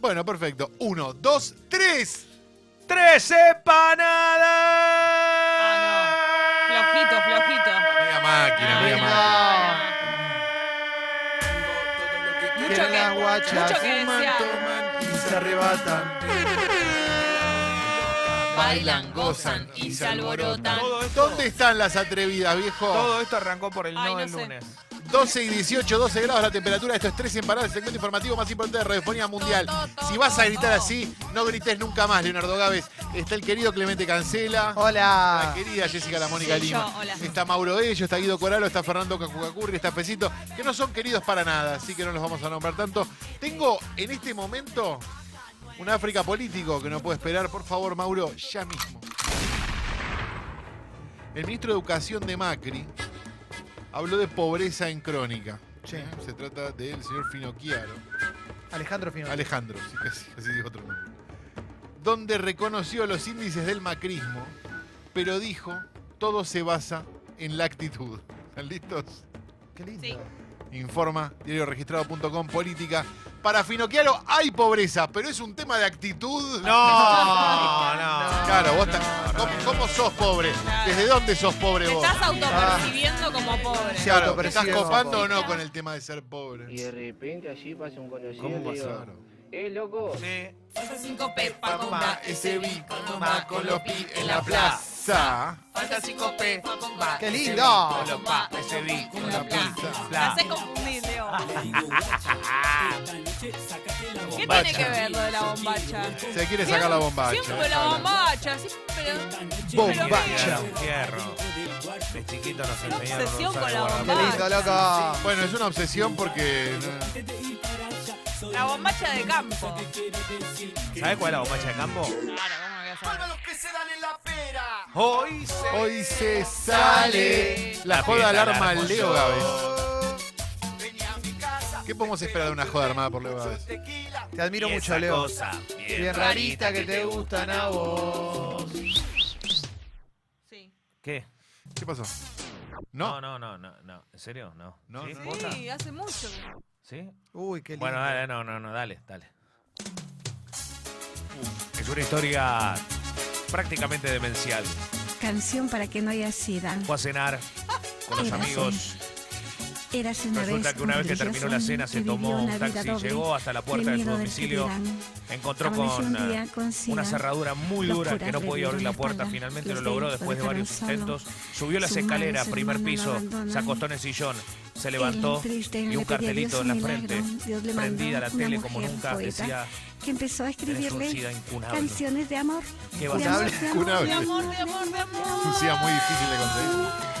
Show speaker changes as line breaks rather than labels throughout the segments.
Bueno, perfecto. Uno, dos, tres.
¡Tres empanadas!
Flojito, flojito.
Media máquina, media
Ay,
máquina.
Mucho
Quieren
que-
las guachas,
mucho que
fuman,
desear.
toman y se arrebatan.
Bailan, gozan y se alborotan.
Todo esto,
¿Dónde están las atrevidas, viejo?
todo esto arrancó por el no,
Ay, no
del
sé.
lunes.
12 y 18, 12 grados la temperatura. Esto es 3 empanadas, el segmento informativo más importante de Radiofonía Mundial.
to, to,
Si vas a gritar
to.
así, no grites nunca más, Leonardo Gávez. Está el querido Clemente Cancela. La
Ah.
Hola.
querida Jessica La Mónica
Sí,
Lima.
yo, hola.
Está Mauro Bello, está Guido Coralo, está Fernando Cacucacurri, está Pesito, que no son queridos para nada, así que no los vamos a nombrar tanto. Tengo en este momento un África político que no puede esperar. Por favor, Mauro, ya mismo. El ministro de Educación de Macri habló de pobreza en crónica.
Sí.
¿Eh? Se trata del señor Finocchiaro.
Alejandro Fino.
Alejandro, sí, casi, casi digo otro nombre. Donde reconoció los índices del macrismo, pero dijo, todo se basa en la actitud. ¿Están listos?
Qué lindo.
Sí.
Informa diarioregistrado.com política. Para Finocchiaro hay pobreza, pero es un tema de actitud.
No, no.
Claro, vos ta- ¿cómo, cómo sos pobre? ¿Desde dónde sos pobre
Te
vos?
estás autopercibiendo como pobre.
Sí,
Claro, ¿te estás
autopercibe como
copando o
pobre.
no con el tema de ser pobre?
Y de repente allí pasa un conocido y
¿Cómo
le digo,
pasaron?
eh, loco,
Sí.
Falta cinco pepas comprar ese bico nomás con los pi en la plaza.
plaza.
Falta cinco pepas comprar
Qué lindo.
ese bico nomás con los pi en la plaza. Me
Bla.
hace confundir, Leo. ¿Qué tiene que ver lo de la bombacha?
Se quiere sacar la bombacha.
Siempre la bombacha, siempre.
Bombacha.
Fierro. De chiquito nos enseñaron a
Obsesión
usar
con la
el
Qué
bombacha.
lindo, loco.
Bueno, es una obsesión porque. eh, no,
La bombacha de campo.
¿Sabes cuál es la bombacha de campo? Hoy se...
Hoy se sale la joda alarma al Leo Gávez. ¿Qué podemos esperar de una joda armada por Leo Gávez?
Te admiro
Y
mucho,
esa
Leo.
cosa
Bien rarita que te gustan a vos.
Sí.
¿Qué?
¿Qué pasó?
No,
No.
no, no, no, no. ¿En serio? No.
No,
¿Sí?
no.
¿Posta?
Sí, hace mucho.
¿Sí?
Uy, qué lindo.
Bueno, dale, no, no, no, dale, dale. Es una historia prácticamente demencial.
Canción para que no haya sida.
Fue a cenar con los
Eras
amigos.
Eras una
Resulta
vez
que una vez que terminó la cena se tomó un taxi, llegó hasta la puerta de su domicilio, encontró
Amaneció
con
un día
eh,
con
una
sida.
cerradura muy
Locura,
dura que no podía
revivieron
abrir la
la
puerta.
espalda.
Finalmente lo
Los
logró
dedos
después de varios
dejaron
intentos. Subió las
Su madre,
escaleras,
su
primer
hermano lo
piso, se
abandonaron.
acostó en el sillón, se
Él,
levantó
triste,
y
le
un
pedía a
cartelito
Dios
en la
un
frente,
milagro. Dios le mandó
prendida la
una
tele como
mujer
nunca,
poeta.
decía
Que empezó a
Tenés un
escribirle
SIDA incunable.
canciones de amor.
Qué
De
basura.
amor, de amor, de
Incunable.
amor, de amor, de amor.
Un SIDA muy difícil de conseguir.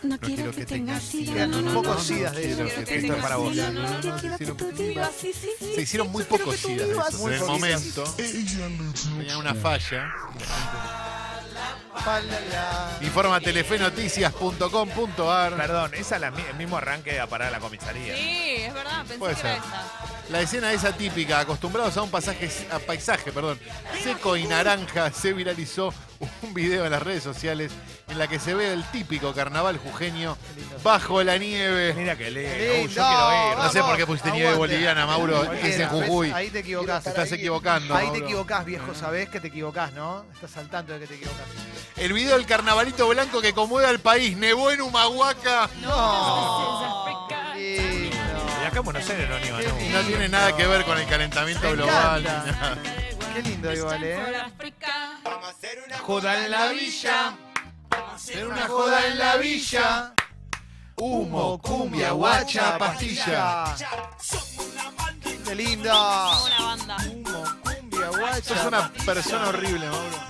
No quiero que tengas sida.
Eran
no,
un
no,
poco
no,
sidas de
quiero
ellos.
que
Esto
tengas
es para vos.
sida,
no,
no, no,
que
no,
quiero que
hicieron-
tú digas, sí, sí, sí.
Se hicieron muy pocos SIDA de esos. En el momento tenían una falla.
Palala.
Informa telefenoticias.com.ar.
Perdón, esa es la mi- el mismo arranque de parar a la comisaría.
Sí, es verdad, pensé
Puede
que era
ser.
esa.
La escena es atípica, acostumbrados a un pasaje, a paisaje perdón, seco y naranja, se viralizó un video en las redes sociales en la que se ve el típico carnaval jujeño bajo la nieve.
Mira que
Qué
le.
lindo,
yo quiero ir.
No sé
vamos.
por qué pusiste nieve
Aguante.
boliviana, Mauro,
Cualquiera,
es en Jujuy.
¿ves? Ahí te equivocás.
Te estás equivocando.
Ahí te
Mauro.
equivocás, viejo, sabés que te equivocás, ¿no? Estás al tanto de que te equivocás.
El video del carnavalito blanco que conmueve al país, nevó en Humahuaca.
No. Qué lindo.
Y acá en Buenos Aires no iba,
Qué
Y
no.
no tiene nada que ver con el calentamiento
Me
global.
encanta.
ni nada.
Qué lindo igual,
Por
¿eh?
África.
Joda en la villa, hacer una joda en la villa. Humo, cumbia, guacha, pastilla.
Qué lindo.
Como una banda.
Humo, cumbia, guacha.
Sos una persona horrible, Mauro.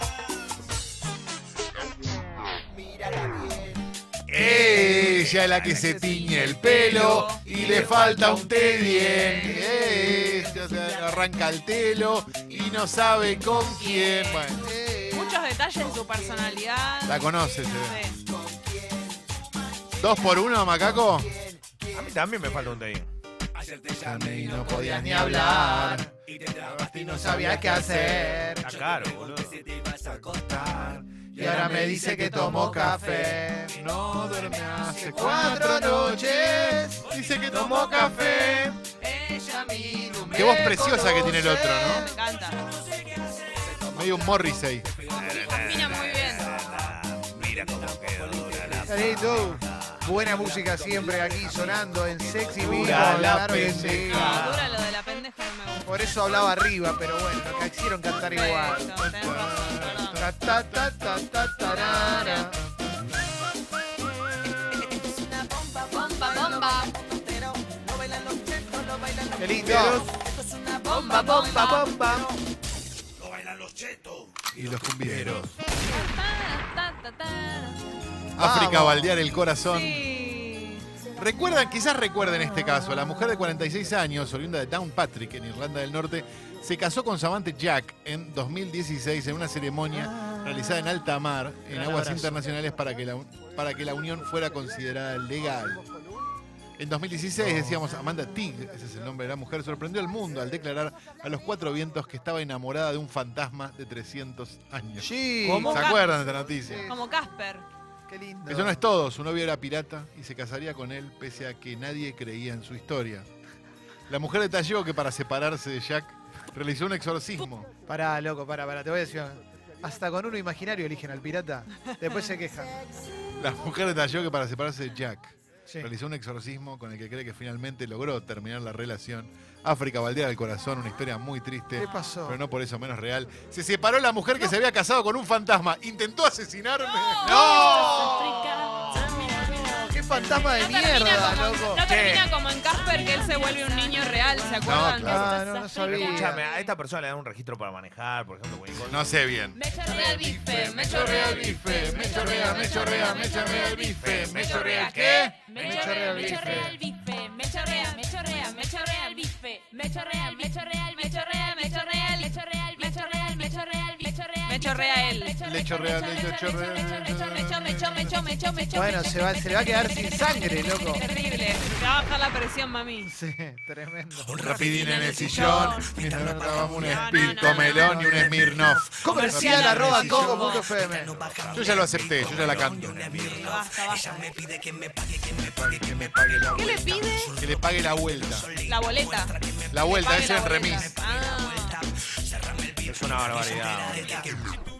Ella es la que se tiñe el pelo y le falta un té bien. Ella se arranca el telo y no sabe con quién. Bueno,
Muchos detalles de su personalidad.
la conoces. eh.
Sí.
¿Dos por uno, macaco?
A mí también me falta un day.
y no podías
Ni hablar. Y no sabía qué hacer.
Está caro, boludo.
Y ahora me dice que tomó café.
No duerme hace
Cuatro noches.
Dice que tomó café.
Ella camino. me
Qué voz preciosa que tiene el otro,
conocen.
¿no?
Me encanta.
Medio un Morrissey.
Combina muy bien.
Mira cómo quedó dura la
Carito. Buena música siempre aquí sonando en Sexy Vivo.
Dura la
claro que sí.
No, dura lo de la pendeja no me gusta.
Por eso hablaba arriba, pero bueno, acá hicieron cantar igual.
Perfecto, tenés razón, perdón.
Ta, ta, ta, ta, ta, tarara.
Bomba, bomba.
Qué lindo.
Bomba, bomba, bomba.
Y los cumbieros.
Ta, ta, ta.
África baldear el corazón.
Sí.
Recuerdan, quizás recuerden este caso. La mujer de 46 años, oriunda de Downpatrick, en Irlanda del Norte, se casó con su amante Jack en 2016 en una ceremonia realizada en alta mar, en aguas internacionales, para que, la, para que la unión fuera considerada legal. En 2016, decíamos, Amanda Tig, ese es el nombre de la mujer, sorprendió al mundo al declarar a los cuatro vientos que estaba enamorada de un fantasma de 300 años.
Sí.
¿Se acuerdan de esta noticia?
Como Casper.
Qué lindo.
Eso no es todo. Su novio era pirata y se casaría con él pese a que nadie creía en su historia. La mujer detalló que para separarse de Jack realizó un exorcismo.
Pará, loco, pará, pará. Te voy a decir. Hasta con uno imaginario eligen al pirata. Después se quejan.
La mujer detalló que para separarse de Jack
Sí.
realizó un exorcismo con el que cree que finalmente logró terminar la relación. África Valdera del Corazón, una historia muy triste.
¿Qué pasó?
Pero no por eso menos real. Se separó la mujer que se había casado con un fantasma. Intentó asesinarme.
¡No! ¡Qué fantasma de
No termina
mierda,
como,
loco!
no termina como en Casper que él se vuelve un niño real, ¿se acuerdan?
claro.
Ah, no, no
Pero Escúchame,
sabía.
a esta persona le dan un registro para manejar, por ejemplo, Winnie Goldman.
No sé bien.
Me chorrea el bife, me
chorrea
chorrea el
el
bife,
bife,
me chorrea, me chorrea, me chorrea el bife, me chorrea el qué?
Me chorrea el bife.
bife, me chorrea, me chorrea, me chorrea el bife, me chorrea, me chorrea, me chorrea, me chorrea, el- me chorrea, el- me chorrea, el- me chorrea, el- me chorrea, el- me chorrea él.
Le chorrea, le chorrea, le chorrea.
Bueno, se, va, se le va a quedar sin sangre, loco.
Terrible, te va a bajar la presión, mami.
Sí, tremendo.
Rapidín en el sillón, mientras nos dábamos un
no,
espilto
no, no,
melón y un Smirnoff.
Comercial arroba coco.fm.
Yo ya lo acepté, yo ya la canto.
Basta, basta. ¿Qué le pide?
Que le pague la vuelta.
La boleta.
La vuelta,
Pague
ese
la
es
boleta.
remis.
Ah,
Es una barbaridad.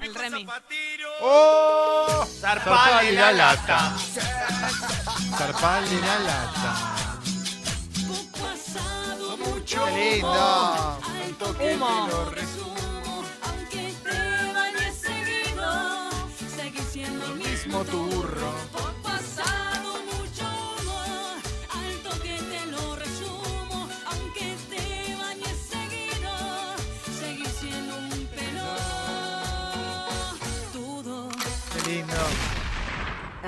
el remis.
¡Oh!
Zarpale la
lata. Zarpale la lata.
Qué lindo.
Humo.
Aunque te bañes seguido, seguí siendo el mismo turro. Por pasado mucho humor, al toque te lo resumo. Aunque te bañes seguido, seguí siendo un pelotudo.
Qué lindo.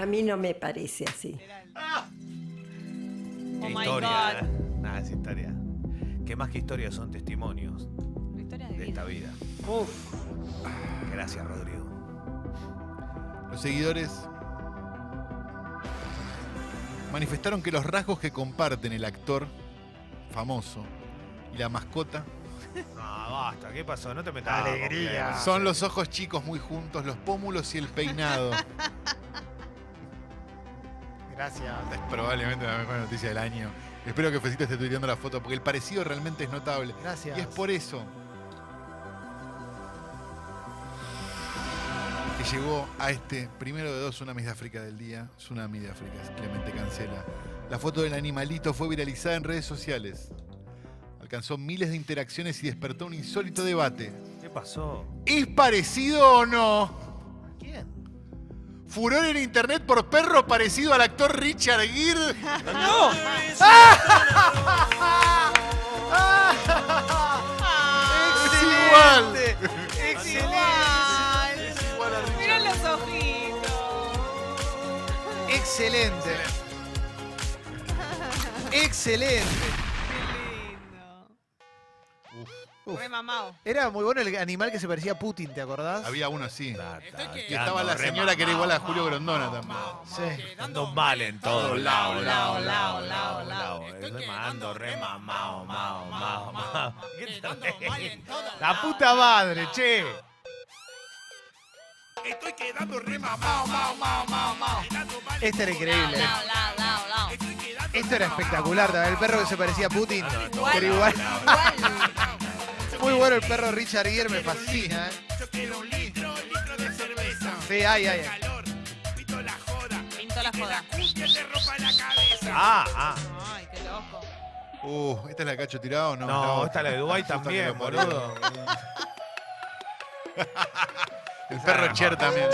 A mí no me parece así.
Oh my
historia.
God.
¿eh? Nada, es historia. Que más que historias son testimonios
La historia de
de esta
vida.
vida. Gracias, Rodrigo.
Los seguidores manifestaron que los rasgos que comparten el actor famoso y la mascota
No, basta, ¿qué pasó? No te metas.
Alegría.
Vamos,
son los ojos chicos muy juntos, los pómulos y el peinado.
Gracias.
Es probablemente la mejor noticia del año. Espero que Fecita esté tuiteando la foto porque el parecido realmente es notable.
Gracias.
Y es por eso que llegó a este primero de dos tsunamis de África del día, Tsunami de África, simplemente cancela. La foto del animalito fue viralizada en redes sociales. Alcanzó miles de interacciones y despertó un insólito debate.
¿Qué pasó?
¿Es parecido o no?
¿Quién?
Furor en internet por perro parecido al actor Richard Gere. ¡Es igual!
¡Excelente!
Miren los ojitos.
¡Excelente! ¡Excelente!
Qué lindo. Re mamado.
Era muy bueno el animal que se parecía a Putin, ¿te acordás?
Había uno así. Y
Y
estaba la señora que era igual a Julio Grondona también.
Sí.
Ando mal en todo lado, lao, lao, lao, lao.
Estoy
Estoy
quedando
mando re
re
mamao, mao, mao, mao. ¿Qué te
Quedando
reís?
mal en todo
La
lado.
puta madre, che.
Estoy quedando re mamao, mao, mao, mao, mao.
Este era increíble.
Lao, lao, lao, lao.
Estoy quedando
Esto era espectacular, ¿no? el perro que se parecía a Putin.
Igual,
Pero igual.
igual.
Muy bueno el perro Richard Gere, me fascina. ¿eh? Sí, ay, ay. ay.
Pintó la joda.
Ah, ah.
Ay, qué loco.
Uh, ¿esta es la de Cacho Tirado? No,
No, esta es la de Dubái
Asusta
también,
que lo morí.
boludo.
El perro Cher también.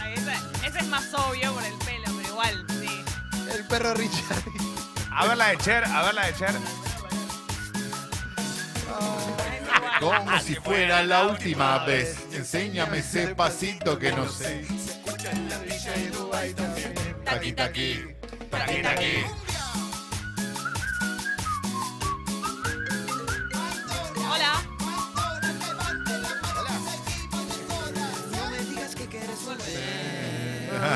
Ay, ese, ese es más obvio por el pelo, pero igual, sí.
El perro Richard Gere.
A ver la de Cher, a ver la de Cher.
Es igual.
Como Ah, si fuera la última vez. Enséñame ese pasito que no sé. Taqui taqui. Taqui taqui.
Hola.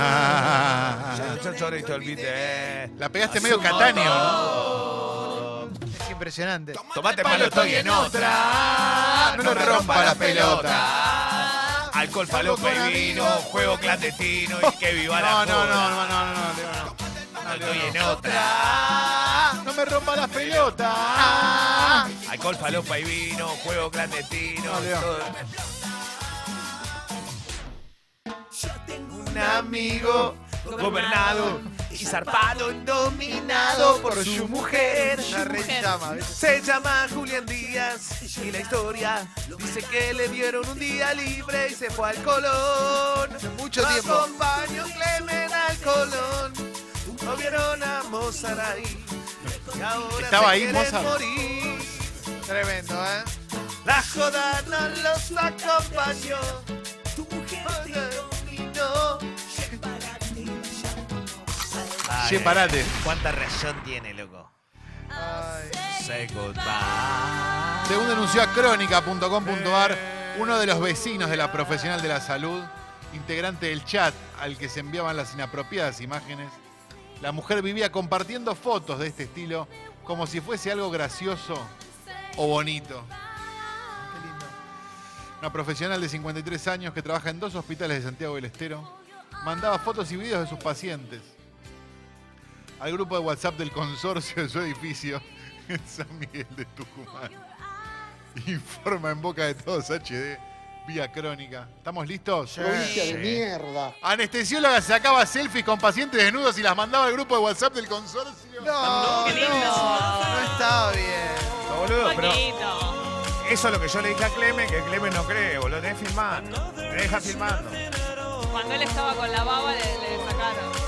Ah.
Yo chorito el beat, eh.
La pegaste medio cataño, ¿no?
Es impresionante.
Tomate palo, estoy en otra.
No nos rompa la pelota.
Alcohol, falopa y vino, juego clandestino y que viva
No,
la
no,
joda.
no, no, no, no, Leo, no.
No estoy en otra.
No me rompa las pelotas.
Alcohol, falopa y vino, juego clandestino.
No, Leo.
todo.
Un amigo
Gobernado y zarpado, dominado por su mujer.
La rechama, ¿ves?
Se llama Julián Díaz y la historia dice que le dieron un día libre y se fue al Colón.
Hace mucho tiempo.
Acompañó Clemen al Colón. Lo vieron a Mozart ahí. Y ahora
Estaba
se
ahí
quieren
Mozart.
morir.
Tremendo, ¿eh?
La joda no los acompañó. No.
Che, parate.
¿Cuánta razón tiene, loco?
Ay.
Say goodbye.
Según denunció a crónica.com.ar, uno de los vecinos de la profesional de la salud, integrante del chat al que se enviaban las inapropiadas imágenes, la mujer vivía compartiendo fotos de este estilo como si fuese algo gracioso o bonito. Una profesional de 53 años que trabaja en dos hospitales de Santiago del Estero mandaba fotos y videos de sus pacientes al grupo de WhatsApp del consorcio de su edificio en San Miguel de Tucumán. Informa en boca de todos HD, vía crónica. ¿Estamos listos? Anestesióloga sacaba selfies con pacientes desnudos y las mandaba al grupo de WhatsApp del consorcio.
No, no,
Qué lindo.
no está bien.
No, boludo, pero
Bonito.
eso es lo que yo le dije a Clemen, que Clemen no cree, boludo. Tenés filmando. Te deja filmando.
Cuando él estaba con la baba le, le sacaron.